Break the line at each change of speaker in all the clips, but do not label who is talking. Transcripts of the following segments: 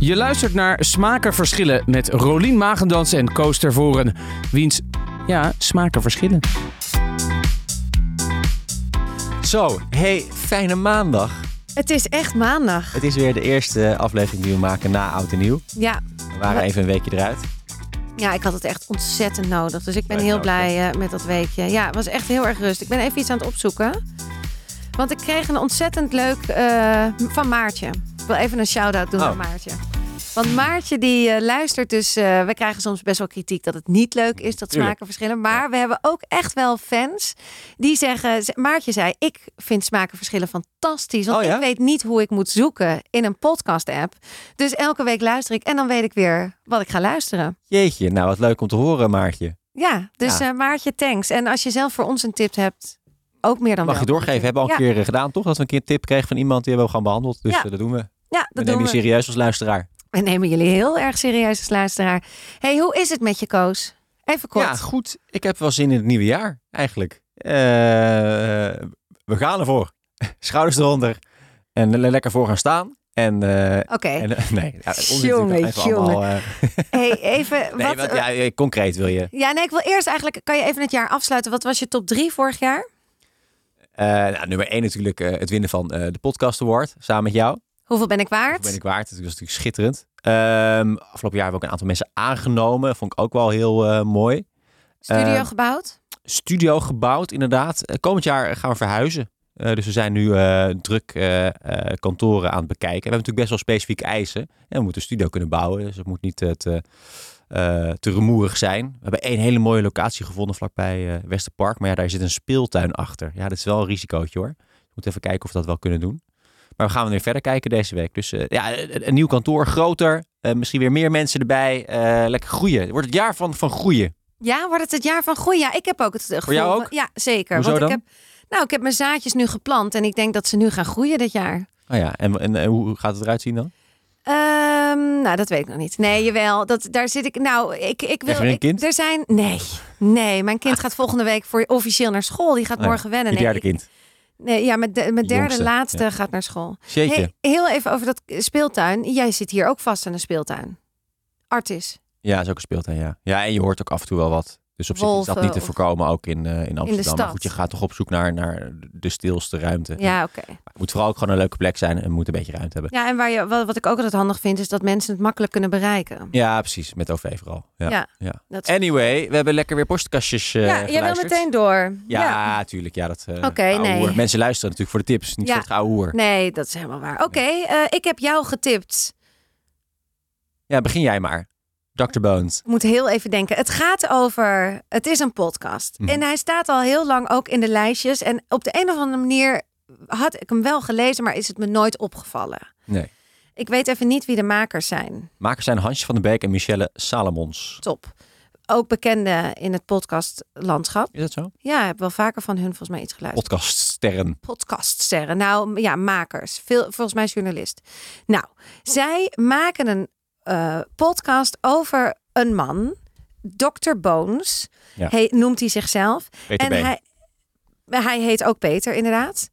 Je luistert naar Smaken Verschillen met Rolien Magendans en Koos Tervoren. Wiens, ja, smaken verschillen.
Zo, hey, fijne maandag.
Het is echt maandag.
Het is weer de eerste aflevering die we maken na Oud en Nieuw.
Ja,
We waren even een weekje eruit.
ja, ik had het echt ontzettend nodig. Dus ik ben
Wij
heel
ook,
blij eh, met dat weekje. Ja, het was echt heel erg rust. Ik ben even iets aan het opzoeken. Want ik kreeg een ontzettend leuk eh, van Maartje. Ik wil even een shout-out doen
Oh.
aan Maartje. Want Maartje die eh, luistert dus... eh, we krijgen soms best wel kritiek dat het niet leuk is. Dat
Tuurlijk.
smaken verschillen. Maar we hebben ook echt wel fans die zeggen... ze- Maartje zei, ik vind smaken verschillen fantastisch. Want
Oh ja?
ik weet niet hoe ik moet zoeken in een podcast-app. Dus elke week luister ik en dan weet ik weer wat ik ga luisteren.
Jeetje, nou wat leuk om te horen, Maartje.
Ja, dus
Ja.
eh, Maartje, thanks. En als je zelf voor ons een tip hebt, ook meer dan
Mag je
welkom.
doorgeven? We hebben al een
Ja.
keer eh, gedaan, toch? Dat we een keer een tip kregen van iemand die hebben we gewoon behandeld. Dus
Ja.
eh, dat doen we.
Ja,
we
dat
nemen
doen
je
we.
serieus als luisteraar.
We nemen jullie heel erg serieus als luisteraar. hey, hoe is het met je, Koos? Even kort.
Ja, goed. Ik heb wel zin in het nieuwe jaar, eigenlijk. Eh, we gaan ervoor. Schouders eronder. En le- lekker voor gaan staan. En, eh,
Oké.
en eh, nee, ja, onzin
Jongen,
natuurlijk even
jongen.
allemaal, eh,
Hey, even
nee,
wat...
wat, ja, eh, concreet wil je.
Ja, nee, ik wil eerst eigenlijk... Kan je even het jaar afsluiten? Wat was je top drie vorig jaar?
Eh, nou, nummer één natuurlijk eh, het winnen van eh, de Podcast Award samen met jou.
Hoeveel ben ik
Dat
waard?
ben ik waard. Dat was natuurlijk schitterend. Ehm, afgelopen jaar hebben we ook een aantal mensen aangenomen. Vond ik ook wel heel eh, mooi.
Studio
Eh,
gebouwd?
Studio gebouwd, inderdaad. Eh, komend jaar gaan we verhuizen. Eh, dus we zijn nu eh, druk eh, eh, kantoren aan het bekijken. We hebben natuurlijk best wel specifieke eisen. En we moeten een studio kunnen bouwen. Dus het moet niet eh, te, eh, te rumoerig zijn. We hebben één hele mooie locatie gevonden vlakbij eh Westerpark. Maar ja, daar zit een speeltuin achter. Ja, dat is wel een risicootje hoor. We moeten even kijken of we dat wel kunnen doen. Maar we gaan weer verder kijken deze week. Dus eh, ja, een, een nieuw kantoor, groter. eh, misschien weer meer mensen erbij. Eh, lekker groeien. Het wordt het jaar van, van groeien.
Ja, wordt het het jaar van groei? Ja, ik heb ook het gevoel...
Voor jou
van-
ook?
Ja, zeker.
Hoezo
Want
dan?
ik heb, nou, ik heb mijn zaadjes nu geplant en ik denk dat ze nu gaan groeien dit jaar.
Oh ja, en, en, en hoe gaat het eruit zien dan?
Ehm, nou, dat weet ik nog niet. Nee, jawel. Dat, daar zit ik. Nou, ik, ik wil.
Krijg je weer een
ik-
kind?
er zijn. Nee. Nee, mijn kind gaat volgende week voor officieel naar school. Die gaat
Oh ja,
morgen wennen.
Je
Nee,
derde
ik-
kind.
nee, ja, mijn, de- mijn derde
Jongste,
laatste gaat naar school.
Zeker.
Hey, heel even over dat speeltuin. Jij zit hier ook vast aan een speeltuin. Artis.
Ja, is ook een speeltuin, ja. Ja, en je hoort ook af en toe wel wat. Dus op zich is dat
Wolven
niet te
of-
voorkomen, ook in, eh, in Amsterdam. maar
stad.
goed, je gaat toch op zoek naar, naar de stilste ruimte.
Ja, oké.
Maar het moet vooral ook gewoon een leuke plek zijn en het moet een beetje ruimte hebben.
Ja, en waar je, wat, wat ik ook altijd handig vind, is dat mensen het makkelijk kunnen bereiken.
Ja, precies. Met OV vooral. Ja.
Ja,
ja.
dat is-
Anyway, we hebben lekker weer postkastjes eh
ja, jij wil
geluisterd.
meteen door.
Ja, tuurlijk. Ja, dat, eh,
Oké,
ouwe
nee.
hoer. Mensen luisteren natuurlijk voor de tips, niet
Ja.
voor het ouwe hoer.
Nee, dat is helemaal waar. Oké, eh, ik heb jou getipt.
Ja, begin jij maar. Dr. Bones.
Ik moet heel even denken. Het gaat over. Het is een podcast.
Mhm.
En hij staat al heel lang ook in de lijstjes. En op de een of andere manier had ik hem wel gelezen, maar is het me nooit opgevallen.
Nee.
Ik weet even niet wie de makers zijn.
Makers zijn Hansje van den Beek en Michelle Salomons.
Top. Ook bekende in het podcastlandschap.
Is dat zo?
Ja, ik heb wel vaker van hun volgens mij iets geluisterd.
Podcaststerren.
podcaststerren. Nou m- ja, makers. Veel, volgens mij journalist. Nou, zij maken een eh, podcast over een man. Dr. Bones
Ja.
he- noemt hij zichzelf.
Peter
en
Been.
hij, hij heet ook Peter, inderdaad.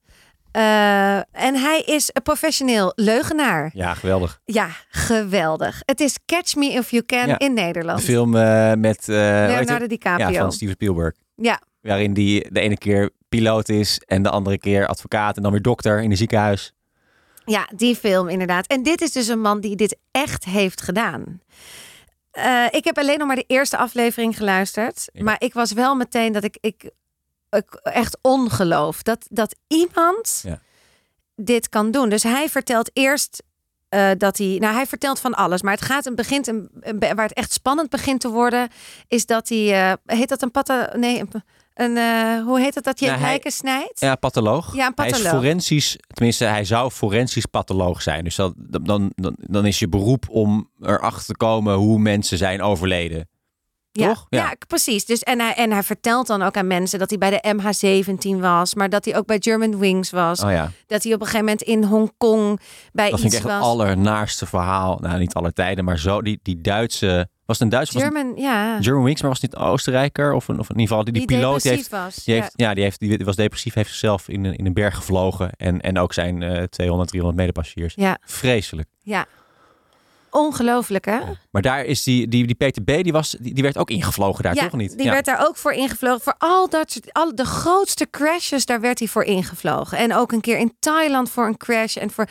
Eh, en hij is een professioneel leugenaar.
Ja, geweldig.
Ja, geweldig. Het is Catch Me If You Can
Ja.
in
De
Nederland.
film eh, met eh, hoe heet het?
Leonardo DiCaprio.
Ja, van Steven Spielberg.
Ja.
Waarin die de ene keer piloot is en de andere keer advocaat en dan weer dokter in een ziekenhuis.
Ja, die film inderdaad. En dit is dus een man die dit echt heeft gedaan. Eh, ik heb alleen nog maar de eerste aflevering geluisterd.
Ik
maar ik was wel meteen dat ik, ik, ik echt ongeloof dat, dat iemand
Ja.
dit kan doen. Dus hij vertelt eerst eh, dat hij. Nou, hij vertelt van alles. Maar het gaat en begint. Een, een- waar het echt spannend begint te worden, is dat hij. eh, heet dat een patta. Nee, een. een, eh, hoe heet dat dat je
Nou, hij-
lijken snijdt?
Ja, patholoog.
Ja, een
Hij is
patholoog.
forensisch, tenminste hij zou forensisch patholoog zijn. Dus dat, dan, dan, dan is je beroep om erachter te komen hoe mensen zijn overleden.
Ja,
Toch? Ja.
ja. k- precies. Dus en, hij, en hij vertelt dan ook aan mensen dat hij bij de MH17 was, maar dat hij ook bij German Wings was.
Oh ja,
Dat hij op een gegeven moment in Hongkong bij
dat vind
Eh, iets
ik echt
was.
het allernaarste verhaal. Nou, niet alle tijden, maar zo die, die Duitse... Was het een Duitse? Was
German, ja.
het German Wings, maar was het niet een Oostenrijker? Of, een, of in ieder geval, die, die piloot die
depressief
heeft
was.
Die,
ja.
heeft, ja. die, heeft, die was depressief, heeft zichzelf in een, in een berg gevlogen. En, en ook zijn eh 200, 300 medepassagiers.
Ja,
Vreselijk.
ja. Ongelooflijk, hè?
Maar daar is die, die, die Peter B, die, was, die, die werd ook ingevlogen daar, toch niet?
Die werd daar ook voor ingevlogen. Voor al dat soort, al de grootste crashes, daar werd hij voor ingevlogen. En ook een keer in Thailand voor een crash. En, voor...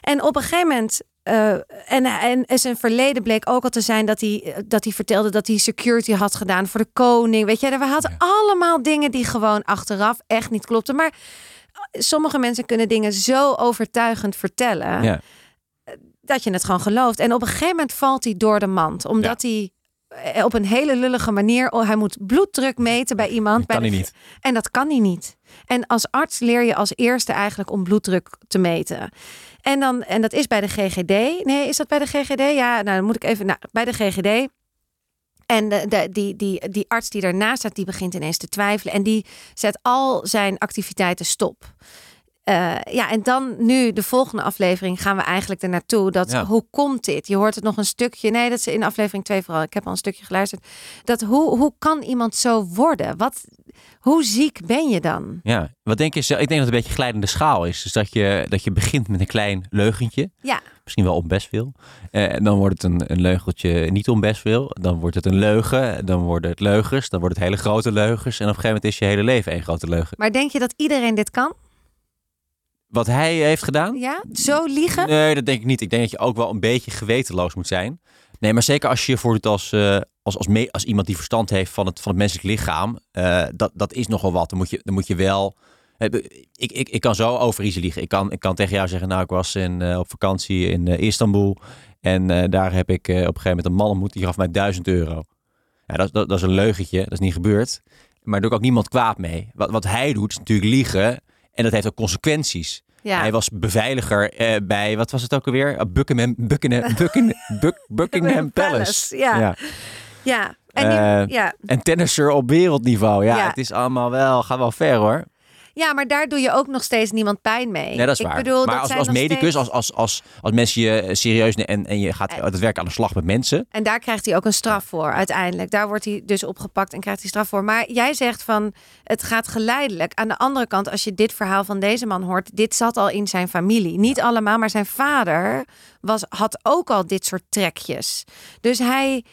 en op een gegeven moment. eh, en, en, en zijn verleden bleek ook al te zijn dat hij, dat hij vertelde dat hij security had gedaan voor de koning. Weet je, we hadden allemaal dingen die gewoon achteraf echt niet klopten. Maar eh, sommige mensen kunnen dingen zo overtuigend vertellen
Ja.
dat je het gewoon gelooft. En op een gegeven moment valt hij door de mand. Omdat hij eh, op een hele lullige manier... Oh, hij moet bloeddruk meten bij iemand. bij
kan
de-
hij niet.
En dat kan hij niet. En als arts leer je als eerste eigenlijk om bloeddruk te meten. En, dan, en dat is bij de GGD. Nee, is dat bij de GGD? Ja, nou dan moet ik even... Nou, bij de GGD... En de, de- die, die, die arts die daarnaast staat, die begint ineens te twijfelen. En die zet al zijn activiteiten stop. Eh, ja, en dan nu de volgende aflevering gaan we eigenlijk er naartoe. Dat
Ja.
hoe komt dit? Je hoort het nog een stukje. Nee, dat is in aflevering 2 vooral. Ik heb al een stukje geluisterd. Dat hoe, hoe kan iemand zo worden? Wat, hoe ziek ben je dan?
Ja, wat denk je? zelf- Ik denk dat het een beetje glijdende schaal is. Dus dat je, dat je begint met een klein leugentje.
Ja,
Misschien wel om best veel. Eh, en dan wordt het een, een leugeltje niet om best veel. Dan wordt het een leugen. Dan worden het leugens. Dan worden het hele grote leugens. En op een gegeven moment is je hele leven één grote leugen.
maar denk je dat iedereen dit kan?
Wat hij heeft gedaan?
Ja, zo liegen?
Hm? Nee, dat denk ik niet. Ik denk dat je ook wel een beetje gewetenloos moet zijn. Nee, maar zeker als je je voordoet als, eh, als, als, me- als iemand die verstand heeft van het, van het menselijk lichaam. eh, dat, dat is nogal wat. Dan moet je, dan moet je wel... eh, Ik, ik, ik kan zo over iets liegen. Ik kan, ik kan tegen jou zeggen, nou, ik was in, eh, op vakantie in eh, Istanbul. En eh, daar heb ik eh, op een gegeven moment een man ontmoet. Die gaf mij 1000 euro. Ja, dat, dat, dat is een leugentje. Dat is niet gebeurd. Maar daar doe ik ook niemand kwaad mee. Wat, wat hij doet is natuurlijk liegen. En dat heeft ook consequenties.
Ja.
Hij was beveiliger eh, bij, wat was het ook alweer? Eh, Buckingham, Buckingham, Buckingham, Buck- Buckingham Palace.
Ja. Ja. En die-
Eh,
ja.
En tennisser op wereldniveau. Ja,
Ja.
het is allemaal wel, gaat wel ver hoor.
ja, maar daar doe je ook nog steeds niemand pijn mee.
Nee, dat is
Ik
waar.
Bedoel,
maar
dat
als,
zijn
als
nog
medicus,
steeds-
als, als, als, als mensen je eh, serieus ne- en, en je gaat
Eh.
het werk aan de slag met mensen.
En daar krijgt hij ook een straf voor uiteindelijk. Daar wordt hij dus opgepakt en krijgt hij straf voor. Maar jij zegt van het gaat geleidelijk. Aan de andere kant, als je dit verhaal van deze man hoort, dit zat al in zijn familie. Niet allemaal, maar zijn vader was, had ook al dit soort trekjes. Dus hij.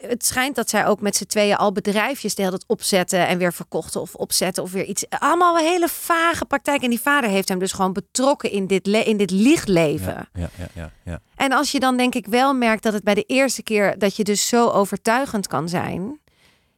Het schijnt dat zij ook met z'n tweeën al bedrijfjes de hele tijd opzetten en weer verkochten of opzetten of weer iets. Allemaal een hele vage praktijk. En die vader heeft hem dus gewoon betrokken in dit, le- in dit liegleven.
Ja, ja, ja, ja.
En als je dan denk ik wel merkt dat het bij de eerste keer dat je dus zo overtuigend kan zijn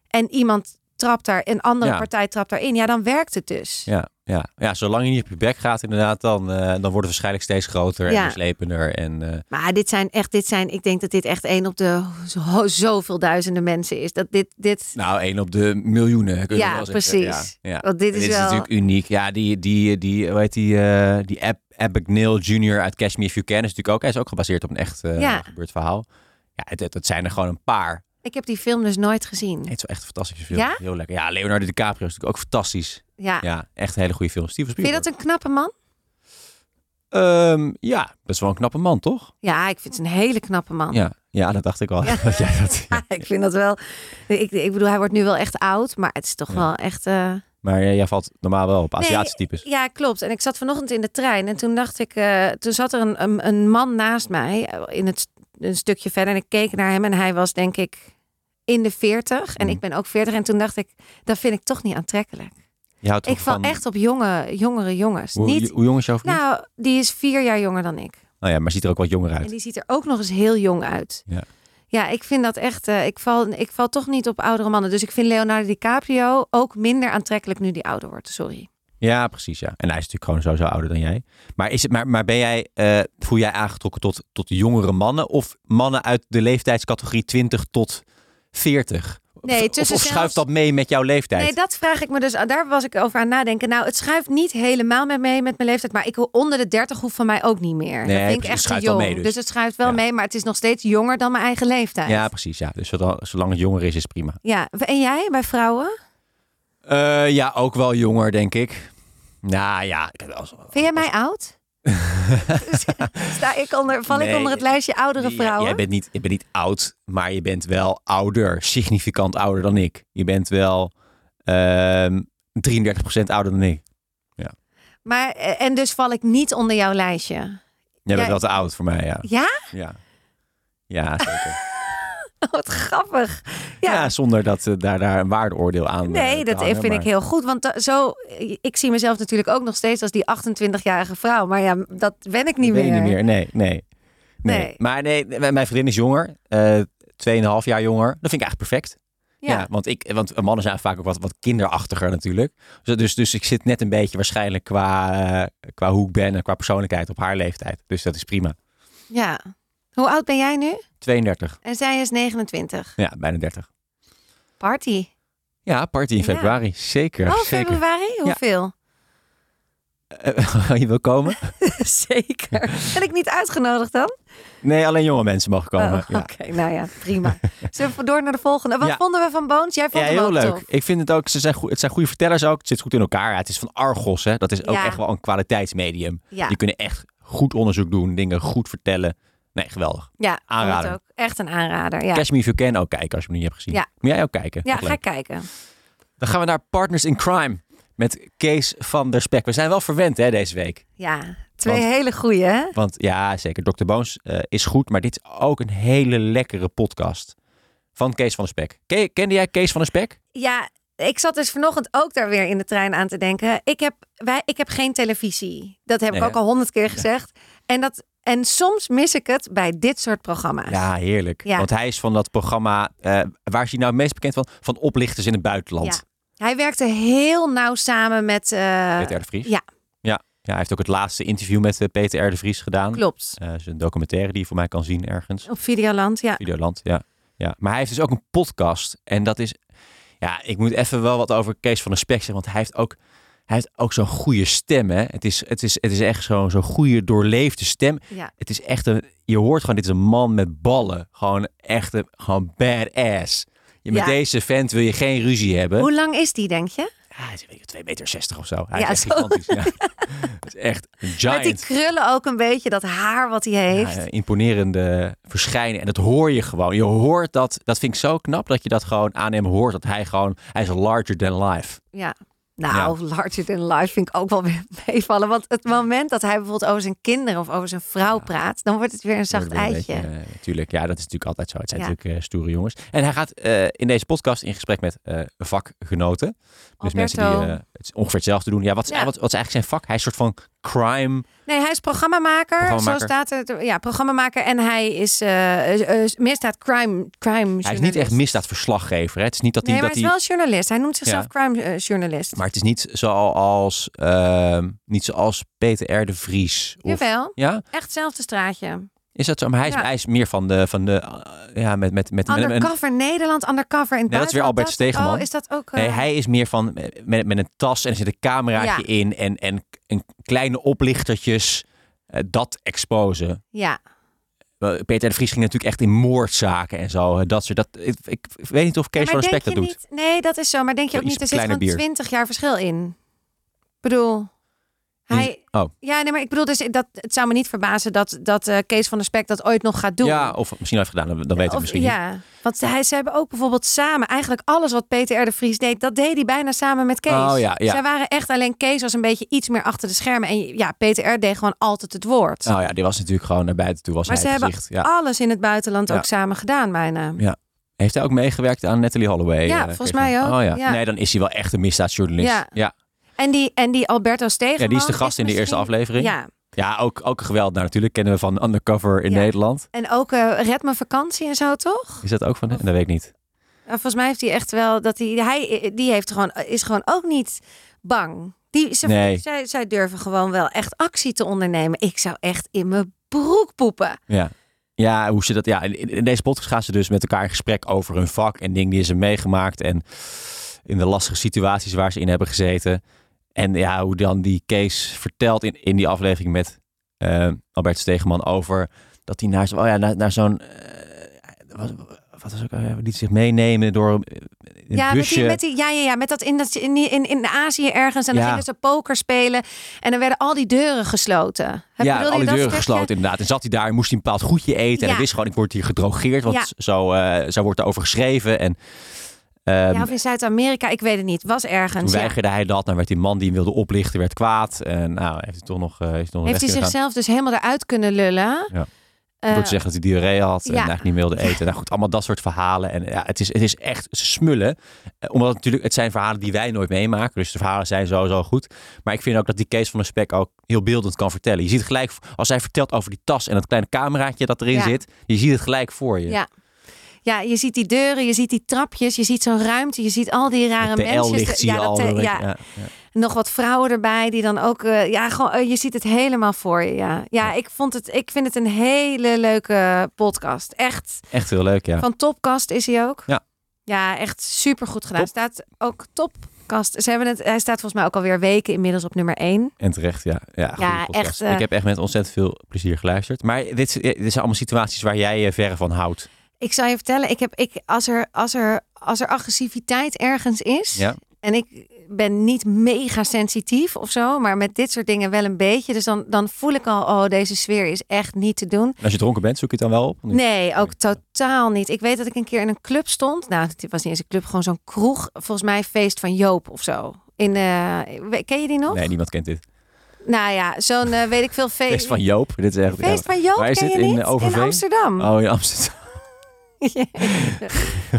en iemand trapt daar, een andere
Ja.
partij trapt daarin, ja, dan werkt het dus.
Ja, ja. ja, zolang je niet op je bek gaat inderdaad, dan, eh, dan wordt het waarschijnlijk steeds groter
Ja.
en slepender. En, eh,
Maar dit zijn echt, dit zijn, ik denk dat dit echt één op de zo, zoveel duizenden mensen is. Dat dit, dit,
Nou, één op de miljoenen. Kun je
Ja,
wel zeggen.
precies.
Ja, ja.
Want dit is wel-
natuurlijk uniek. Ja, die, die, die, hoe heet die, eh, die Ab, Abagnale Jr. uit Catch Me If You Can is natuurlijk ook, hij is ook gebaseerd op een echt eh,
Ja.
gebeurd verhaal. Ja, het, het, het zijn er gewoon een paar.
ik heb die film dus nooit gezien.
Het is wel echt een fantastische film.
Ja?
Heel lekker. Ja, Leonardo DiCaprio is natuurlijk ook fantastisch.
Ja.
Ja, echt een hele goede film. Steven
Vind je
Spielberg.
dat een knappe man?
Ehm, ja, best wel een knappe man, toch?
Ja, ik vind het een hele knappe man.
Ja, ja dat dacht ik al.
Ja.
Dat jij dat, ja.
ik vind dat wel. Ik, ik bedoel, hij wordt nu wel echt oud, maar het is toch
Ja.
wel echt. eh,
Maar eh, jij valt normaal wel op
Nee,
Aziatische types.
Ja, klopt. En ik zat vanochtend in de trein en toen dacht ik, eh, toen zat er een, een, een man naast mij eh, in het, st- een stukje verder en ik keek naar hem en hij was denk ik in de 40 en
Mhm.
ik ben ook 40 en toen dacht ik, dat vind ik toch niet aantrekkelijk.
Je houdt
Ik
toch
val
van-
echt op jonge, jongere jongens.
Hoe,
niet,
hoe jong is jouw vriend? Nou,
nou, die is vier jaar jonger dan ik.
ja, maar ziet er ook wat jonger uit.
En die ziet er ook nog eens heel jong uit.
Ja.
Ja, ik vind dat echt. eh, ik, val, ik val toch niet op oudere mannen. Dus ik vind Leonardo DiCaprio ook minder aantrekkelijk nu die ouder wordt. Sorry.
Ja, precies. Ja. En hij is natuurlijk gewoon sowieso ouder dan jij. Maar, is het, maar, maar ben jij, eh, voel jij aangetrokken tot, tot jongere mannen? Of mannen uit de leeftijdscategorie 20 tot 40?
Nee,
of,
tussen
of, of schuift
zelfs-
dat mee met jouw leeftijd?
Nee, dat vraag ik me dus. Daar was ik over aan het nadenken. Nou, het schuift niet helemaal met mee met mijn leeftijd. Maar ik wil onder de 30 hoeft van mij ook niet meer.
Nee,
dat vind
precies,
ik
het
echt te
schuift wel
jong.
mee
dus.
dus.
het schuift wel
Ja.
mee, maar het is nog steeds jonger dan mijn eigen leeftijd.
ja, precies. Ja. Dus zolang, zolang het jonger is, is prima.
Ja. En jij bij vrouwen?
Eh, ja, ook wel jonger, denk ik. Nou ja, ik heb wel zo-
Vind jij mij oud? Sta ik onder, val ik
Nee.
onder het lijstje oudere
Ja,
vrouwen?
Jij bent niet, je bent niet oud, maar je bent wel ouder, significant ouder dan ik. Je bent wel ehm 33% ouder dan ik.
Maar, eh, en dus val ik niet onder jouw lijstje.
Jij
Ja.
bent wel te oud voor mij, ja.
Ja?
ja. Ja, zeker.
Wat grappig.
ja.
Ja.
zonder dat eh, daar, daar een waardeoordeel aan eh,
Nee,
te
dat
hangen,
vind ik
maar-
heel goed. Want da- zo, ik zie mezelf natuurlijk ook nog steeds als die 28-jarige vrouw. Maar ja, dat ben ik niet,
Dat
meer.
weet je Niet meer. Nee, nee, nee.
Nee.
Maar nee, m- mijn vriendin is jonger. eh 2,5 jaar jonger. Dat vind ik eigenlijk perfect. Ja.
Ja.
want, ik, want mannen zijn vaak ook wat, wat kinderachtiger natuurlijk. Dus, dus, dus ik zit net een beetje waarschijnlijk qua, eh, qua hoe ik ben en qua persoonlijkheid op haar leeftijd. Dus dat is prima.
ja. Hoe oud ben jij nu?
32.
En zij is 29.
Ja, bijna 30.
Party.
Ja, party in
Ja.
februari. Zeker,
oh,
zeker.
februari? Hoeveel?
Eh, je wil komen?
Zeker. Ben ik niet uitgenodigd dan?
Nee, alleen jonge mensen mogen komen.
Oh,
ja.
Oké, nou ja, prima. Zullen we door naar de volgende? Wat
Ja.
vonden we van Bones? Jij vond
Ja,
hem
heel
ook
leuk.
tof.
Ik vind het ook, ze zijn goed, het zijn goede vertellers ook. Het zit goed in elkaar. Ja, het is van Argos, hè. Dat is ook
Ja.
echt wel een kwaliteitsmedium.
Ja,
Die kunnen echt goed onderzoek doen, dingen goed vertellen. Nee, geweldig.
ja vond het
aanrader.
Ook. Echt een aanrader, ja.
Cash Me If You Can ook kijken als je hem niet hebt gezien.
Ja.
Moet jij ook kijken?
Ja,
Echt
ga
leuk.
ik kijken.
Dan gaan we naar Partners in Crime met Kees van der Spek. We zijn wel verwend hè, deze week.
Ja, twee
Want-
hele goeie, hè?
Want ja, zeker. Dr. Bones eh, is goed, maar dit is ook een hele lekkere podcast. Van Kees van der Spek. Ke- kende jij Kees van der Spek?
Ja, ik zat dus vanochtend ook daar weer in de trein aan te denken. Ik heb, wij, ik heb geen televisie. Dat heb
Nee,
ik
hè?
ook al honderd keer gezegd. En, dat, en soms mis ik het bij dit soort programma's.
Ja, heerlijk.
Ja.
Want hij is van dat programma, eh, waar is hij nou het meest bekend van? Van oplichters in het buitenland.
Hij werkte heel nauw samen met... eh,
Peter R. de Vries.
ja.
ja. Ja, hij heeft ook het laatste interview met eh, Peter R. de Vries gedaan.
klopt.
Eh, is een documentaire die je voor mij kan zien ergens.
Op Videoland, ja.
Videoland, ja. ja. Maar hij heeft dus ook een podcast. En dat is, ja, ik moet even wel wat over Kees van der Spek zeggen. Want hij heeft ook, hij heeft ook zo'n goede stem, hè. Het is, het is, het is echt zo'n zo'n goede, doorleefde stem.
ja.
Het is echt een. Je hoort gewoon, dit is een man met ballen. Gewoon echt een gewoon badass. Je, met
Ja.
deze vent wil je geen ruzie hebben.
Hoe lang is die, denk je?
Ja, hij is weet ik, 2,60 meter of zo. Hij
Ja,
is echt
zo.
gigantisch. Ja. Het is echt een
Met die
giant.
krullen ook een beetje, dat haar wat hij
Ja,
heeft.
eh, imponerende verschijnen. En dat hoor je gewoon. Je hoort dat. Dat vind ik zo knap dat je dat gewoon aan hem hoort. Dat hij gewoon. Hij is larger than life.
Ja. Nou, larger than life vind ik ook wel weer meevallen. Want het moment dat hij bijvoorbeeld over zijn kinderen of over zijn vrouw praat, dan wordt het weer een zacht
Wordt weer een
eitje.
beetje, eh, Natuurlijk, ja, dat is natuurlijk altijd zo. Het zijn
Ja.
natuurlijk eh, stoere jongens. En hij gaat eh, in deze podcast in gesprek met eh, vakgenoten. Dus mensen die
Alberto.
eh, het is ongeveer hetzelfde doen. Ja, wat is,
Ja.
Wat, wat is eigenlijk zijn vak? Hij is een soort van crime.
Nee, hij is programmamaker.
Programmamaker.
Zo staat het. Ja, programmamaker. En hij is eh, eh, eh, misdaad crime, crime
Hij is niet echt
journalist.
misdaadverslaggever. Hè? Het is niet dat
Nee,
hij.
maar
dat
hij is
hij
wel journalist. Hij noemt zichzelf
Ja.
crime eh, journalist.
Maar het is niet zoals, ehm, niet zoals Peter R. de Vries. Of,
Jawel,
ja,
echt hetzelfde straatje.
is dat zo? Maar hij is,
Ja.
hij is meer van de. Van de eh, ja, met, met, met, met, met-
Undercover Nederland, undercover in het
Nee, dat is weer
buitenland.
Albert Stegeman.
Oh, is dat ook... eh,
Nee, hij is meer van eh, met, met een tas en er zit een cameraatje in en, en, en kleine oplichtertjes eh, dat exposen.
Ja,
Wel, Peter R. de Vries ging natuurlijk echt in moordzaken en zo. eh, Dat soort, dat, ik, ik weet niet of Kees van
maar
Respect dat
denk
doet.
je Niet, nee, dat is zo. Maar denk je ook
Iets
niet, er zit
kleiner
gewoon
bier.
20 jaar verschil in. Ik bedoel, hij...
Oh,
Ja, nee, maar ik bedoel, dus dat, het zou me niet verbazen dat, dat eh, Kees van der Spek dat ooit nog gaat doen.
ja, of misschien al heeft gedaan, dan dan weet ik
Of-
misschien niet.
ja, want hij, ze hebben ook bijvoorbeeld samen eigenlijk alles wat Peter R. de Vries deed, dat deed hij bijna samen met Kees.
Oh, ja, ja.
Zij waren echt alleen Kees was een beetje iets meer achter de schermen en ja, Peter R. deed gewoon altijd het woord.
Nou ja, die was natuurlijk gewoon naar buiten toe, was
maar ze
hij het
hebben
gezicht. Ja.
alles in het buitenland
Ja.
ook samen gedaan bijna.
Heeft hij ook meegewerkt aan Natalie Holloway?
Ja,
eh,
volgens
Kees?
mij ook,
Oh, ja.
ja.
Nee, dan is hij wel echt een misdaadjournalist. Ja,
Ja.
ja.
En die en die Alberto Stegeman.
die is de gast in de eerste
misschien-
aflevering. Ja,
Ja,
ook, ook een geweld. Nou, natuurlijk kennen we van Undercover in
Ja.
Nederland.
en ook eh Red mijn vakantie en zo toch?
Is dat ook van hem? Dat weet ik niet.
Ja, volgens mij heeft hij echt wel dat hij, hij die heeft gewoon, is gewoon ook niet bang. Die, ze,
Nee.
zij, zij durven gewoon wel echt actie te ondernemen. Ik zou echt in mijn broek poepen.
Ja. Ja, hoe ze dat. Ja, in, in deze podcast gaan ze dus met elkaar in gesprek over hun vak en dingen die ze hebben meegemaakt. En in de lastige situaties waar ze in hebben gezeten. En ja, hoe dan die Kees vertelt in, in die aflevering met eh, Albert Stegeman over dat hij naar, zo- oh ja, naar, naar zo'n. eh, wat, wat was ook. eh, liet zich meenemen door een een
ja, met
busje.
die, met die, ja, ja, ja, met dat in, dat, in, die- in, in Azië ergens. En dan
Ja.
gingen ze poker spelen. En dan werden al die deuren gesloten. Heb-
ja,
bedoel je
alle
dat
deuren
stukje?
gesloten inderdaad. En zat hij daar, moest hij een bepaald goedje eten. En
Ja.
hij wist gewoon, ik word hier gedrogeerd. Want
Ja.
zo, eh, zo wordt er over geschreven. En, ehm,
Ja, of in Zuid-Amerika, ik weet het niet. Was
Toen
ergens. ja.
weigerde hij dat. Dan werd die man die hem wilde oplichten, werd kwaad. En nou, heeft hij toch nog... eh, heeft hij, nog een
Heeft hij
restje gedaan.
zichzelf dus helemaal eruit kunnen lullen?
Ja. Er
Eh,
wordt gezegd dat hij diarree had en
ja.
eigenlijk niet meer wilde eten. Nou goed, allemaal dat soort verhalen. En ja, het is, het is echt smullen. Eh, Omdat het natuurlijk, het zijn verhalen die wij nooit meemaken. Dus de verhalen zijn sowieso goed. Maar ik vind ook dat die Kees van de Spek ook heel beeldend kan vertellen. Je ziet gelijk, als hij vertelt over die tas en dat kleine cameraatje dat erin
Ja.
zit. Je ziet het gelijk voor je.
Ja. Ja, je ziet die deuren, je ziet die trapjes, je ziet zo'n ruimte, je ziet al die rare
Het TL
mensen.
licht zie je
dat
al.
TL
weet je.
ja,
Ja, ja.
nog wat vrouwen erbij die dan ook. eh, ja, gewoon, eh, je ziet het helemaal voor je. Ja, ja ik, vond het, ik vind het een hele leuke podcast. Echt.
Echt heel leuk, ja.
Van Topkast is hij ook.
Ja.
Ja, echt super goed gedaan.
Top.
Staat ook Topkast. Ze hebben het, hij staat volgens mij ook alweer weken inmiddels op nummer 1.
En terecht, ja. Ja, goede
Ja,
podcast.
echt, eh,
Ik heb echt met ontzettend veel plezier geluisterd. Maar dit, eh, dit zijn allemaal situaties waar jij eh, verre van houdt.
Ik zal je vertellen, ik heb, ik, als, er, als, er, als er agressiviteit ergens is.
Ja.
En ik ben niet mega sensitief of zo, maar met dit soort dingen wel een beetje. Dus dan, dan voel ik al, oh, deze sfeer is echt niet te doen.
En als je dronken bent, zoek je het dan wel op?
Nee, ook totaal niet. Ik weet dat ik een keer in een club stond. Nou, het was niet eens een club, gewoon zo'n kroeg. Volgens mij feest van Joop of zo. In, eh, we- ken je die nog?
Nee, niemand kent dit.
Nou ja, zo'n eh, weet ik veel feest.
Feest van Joop. Dit is echt... ja.
Feest van Joop
Waar is
ken
dit?
je
In,
niet?
eh, Overveen?
in Amsterdam.
Oh, in Amsterdam.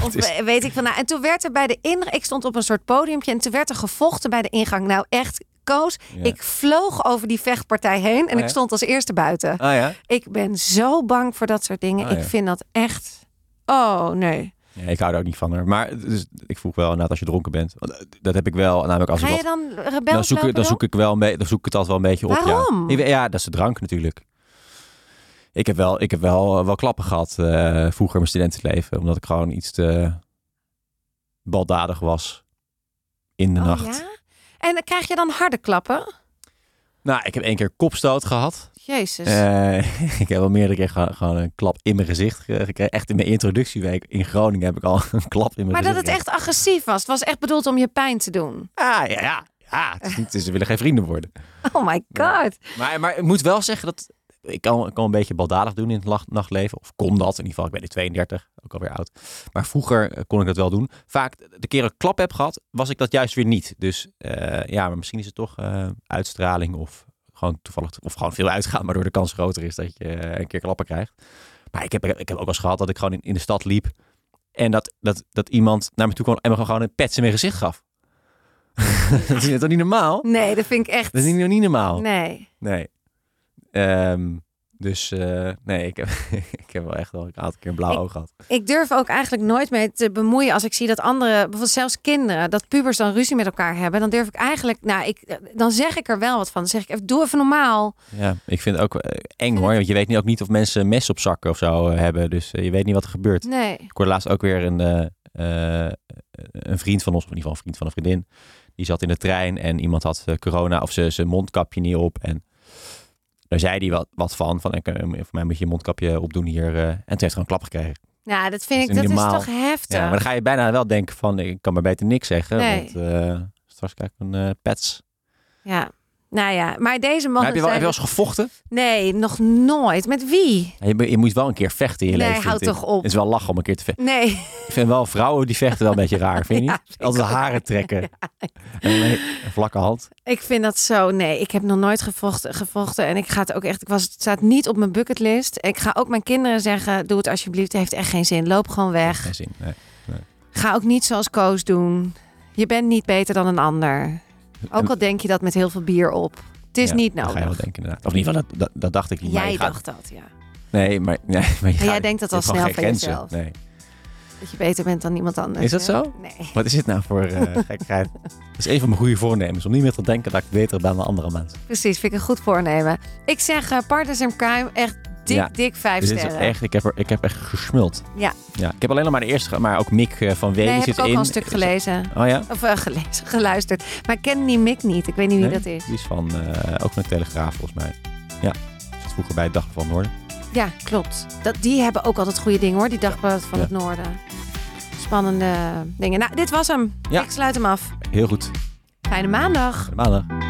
Of we- weet ik van nou. En toen werd er bij de ingang, ik stond op een soort podiumpje en toen werd er gevochten bij de ingang. Nou echt, Koos,
Ja.
ik vloog over die vechtpartij heen en
Oh ja?
ik stond als eerste buiten.
Ah ja?
Ik ben zo bang voor dat soort dingen.
Oh
Ik
ja.
vind dat echt, oh nee.
Ja, Ik hou er ook niet van. hoor. Maar dus, ik vroeg wel inderdaad als je dronken bent. Want, eh, Dat heb ik wel. Namelijk als
Ga
ik
je
wat,
dan rebels
dan, zoek, ik-
lopen
dan, zoek ik wel een be- dan zoek ik het altijd wel een beetje op. ja.
Waarom?
Ik weet- Ja, dat is de drank natuurlijk. Ik heb wel, ik heb wel, eh, wel klappen gehad eh, vroeger in mijn studentenleven. Omdat ik gewoon iets te baldadig was in de
Oh,
nacht.
ja? En dan krijg je dan harde klappen?
Nou, ik heb één keer kopstoot gehad.
Jezus.
Eh, ik heb al meerdere keer gewoon, gewoon een klap in mijn gezicht ge- gekregen. Echt in mijn introductieweek in Groningen heb ik al een klap in mijn
maar dat
gezicht
het echt agressief was. Het was echt bedoeld om je pijn te doen.
gekregen. Ah, ja, ja. ja het is niet, ze willen geen vrienden worden.
Oh my god.
Maar, maar ik moet wel zeggen dat... Ik kan, ik kan een beetje baldadig doen in het lach- nachtleven. Of kon dat. In ieder geval, ik ben nu 32. Ook alweer oud. Maar vroeger eh, kon ik dat wel doen. Vaak de keren ik klap heb gehad, was ik dat juist weer niet. Dus eh, ja, maar misschien is het toch eh, uitstraling of gewoon toevallig... Of gewoon veel uitgaan, waardoor de kans groter is dat je eh, een keer klappen krijgt. Maar ik heb, ik heb ook wel eens gehad dat ik gewoon in, in de stad liep. En dat, dat, dat iemand naar me toe kwam en me gewoon een pets in mijn gezicht gaf. dat is toch niet normaal?
Nee, dat vind ik echt...
Dat is niet, niet normaal.
Nee.
Nee. Ehm, dus eh, nee, ik heb, ik heb wel echt wel een aantal keer een blauw
Ik-
oog gehad.
Ik durf ook eigenlijk nooit mee te bemoeien als ik zie dat anderen, bijvoorbeeld zelfs kinderen, dat pubers dan ruzie met elkaar hebben. Dan durf ik eigenlijk, nou, ik, dan zeg ik er wel wat van. Dan zeg ik even, doe even normaal.
Ja, ik vind het ook eh, eng hoor. Want je weet nu ook niet of mensen mes op zakken of zo eh, hebben. Dus eh, je weet niet wat er gebeurt.
Nee.
Ik hoorde laatst ook weer een, eh, eh, een vriend van ons, of in ieder geval een vriend van een vriendin. Die zat in de trein en iemand had eh, corona of ze- zijn mondkapje niet op. En daar zei hij wat, wat van. Van, eh, voor mij moet je je mondkapje opdoen hier. eh. en toen heeft hij gewoon een klap gekregen.
Nou, dat
Dat
vind
is
ik, dat is
normaal.
toch heftig.
Ja, maar dan ga je bijna wel denken van, ik kan maar beter niks zeggen.
Nee.
Want eh, straks krijg ik een eh, pets.
Ja. Nou ja, maar deze man.
Maar heb je, wel, heb je wel eens gevochten?
Nee, nog nooit. Met wie?
Ja, Je, moet- je moet wel een keer vechten in je
Nee,
leven.
houd
vind ik.
toch op.
Het is wel lachen om een keer te vechten.
Nee.
Ik vind wel vrouwen die vechten wel een beetje raar, vind je
Ja,
niet?
vind ik
Altijd
ook.
haren trekken. En een, een vlakke hand.
Ik vind dat zo. Nee, ik heb nog nooit gevochten. gevochten en ik ga het ook echt. Ik was, het staat niet op mijn bucketlist. Ik ga ook mijn kinderen zeggen: doe het alsjeblieft. Het heeft echt geen zin. Loop gewoon weg.
Geen zin. Nee.
Ga ook niet zoals Koos doen. Je bent niet beter dan een ander. Ook
En-
al denk je dat met heel veel bier op. Het is
Ja,
niet
Dat ga
nodig.
je wel denken inderdaad. Of in ieder geval, dat, dat, dat dacht ik niet. maar
Jij
je gaat-
dacht dat, ja.
Nee, maar, nee, maar je
En
gaat-
jij denkt dat
je
al
hebt gewoon
snel
geen
van
grenzen.
jezelf.
Nee.
Dat je beter bent dan iemand anders.
Is dat
hè?
zo?
Nee.
Wat is dit nou voor eh, gekheid? Dat is een van mijn goede voornemens. Om niet meer te denken dat ik beter ben dan andere mensen.
Precies, vind ik een goed voornemen. Ik zeg eh, Partners in Crime echt dik,
Ja,
dik vijf
Dus dit is
sterren.
echt, ik heb, er, ik heb echt gesmuld.
Ja.
ja. Ik heb alleen nog maar de eerste, ge- maar ook Mick eh, van Wenen
nee, heb
zit
ik ook
in.
al een stuk gelezen.
Oh ja?
Of eh, gelezen, geluisterd. Maar ik ken die Mick niet. Ik weet niet wie
Nee?
dat is.
Die is van, eh, ook van de Telegraaf volgens mij. Ja, zit vroeger bij het Dag van het Noorden.
Ja, klopt. Dat, die hebben ook altijd goede dingen hoor. Die Dagblad van
Ja.
het Noorden. Spannende dingen. Nou, dit was hem.
Ja.
Ik sluit hem af.
Heel goed.
Fijne maandag.
Tot Maandag.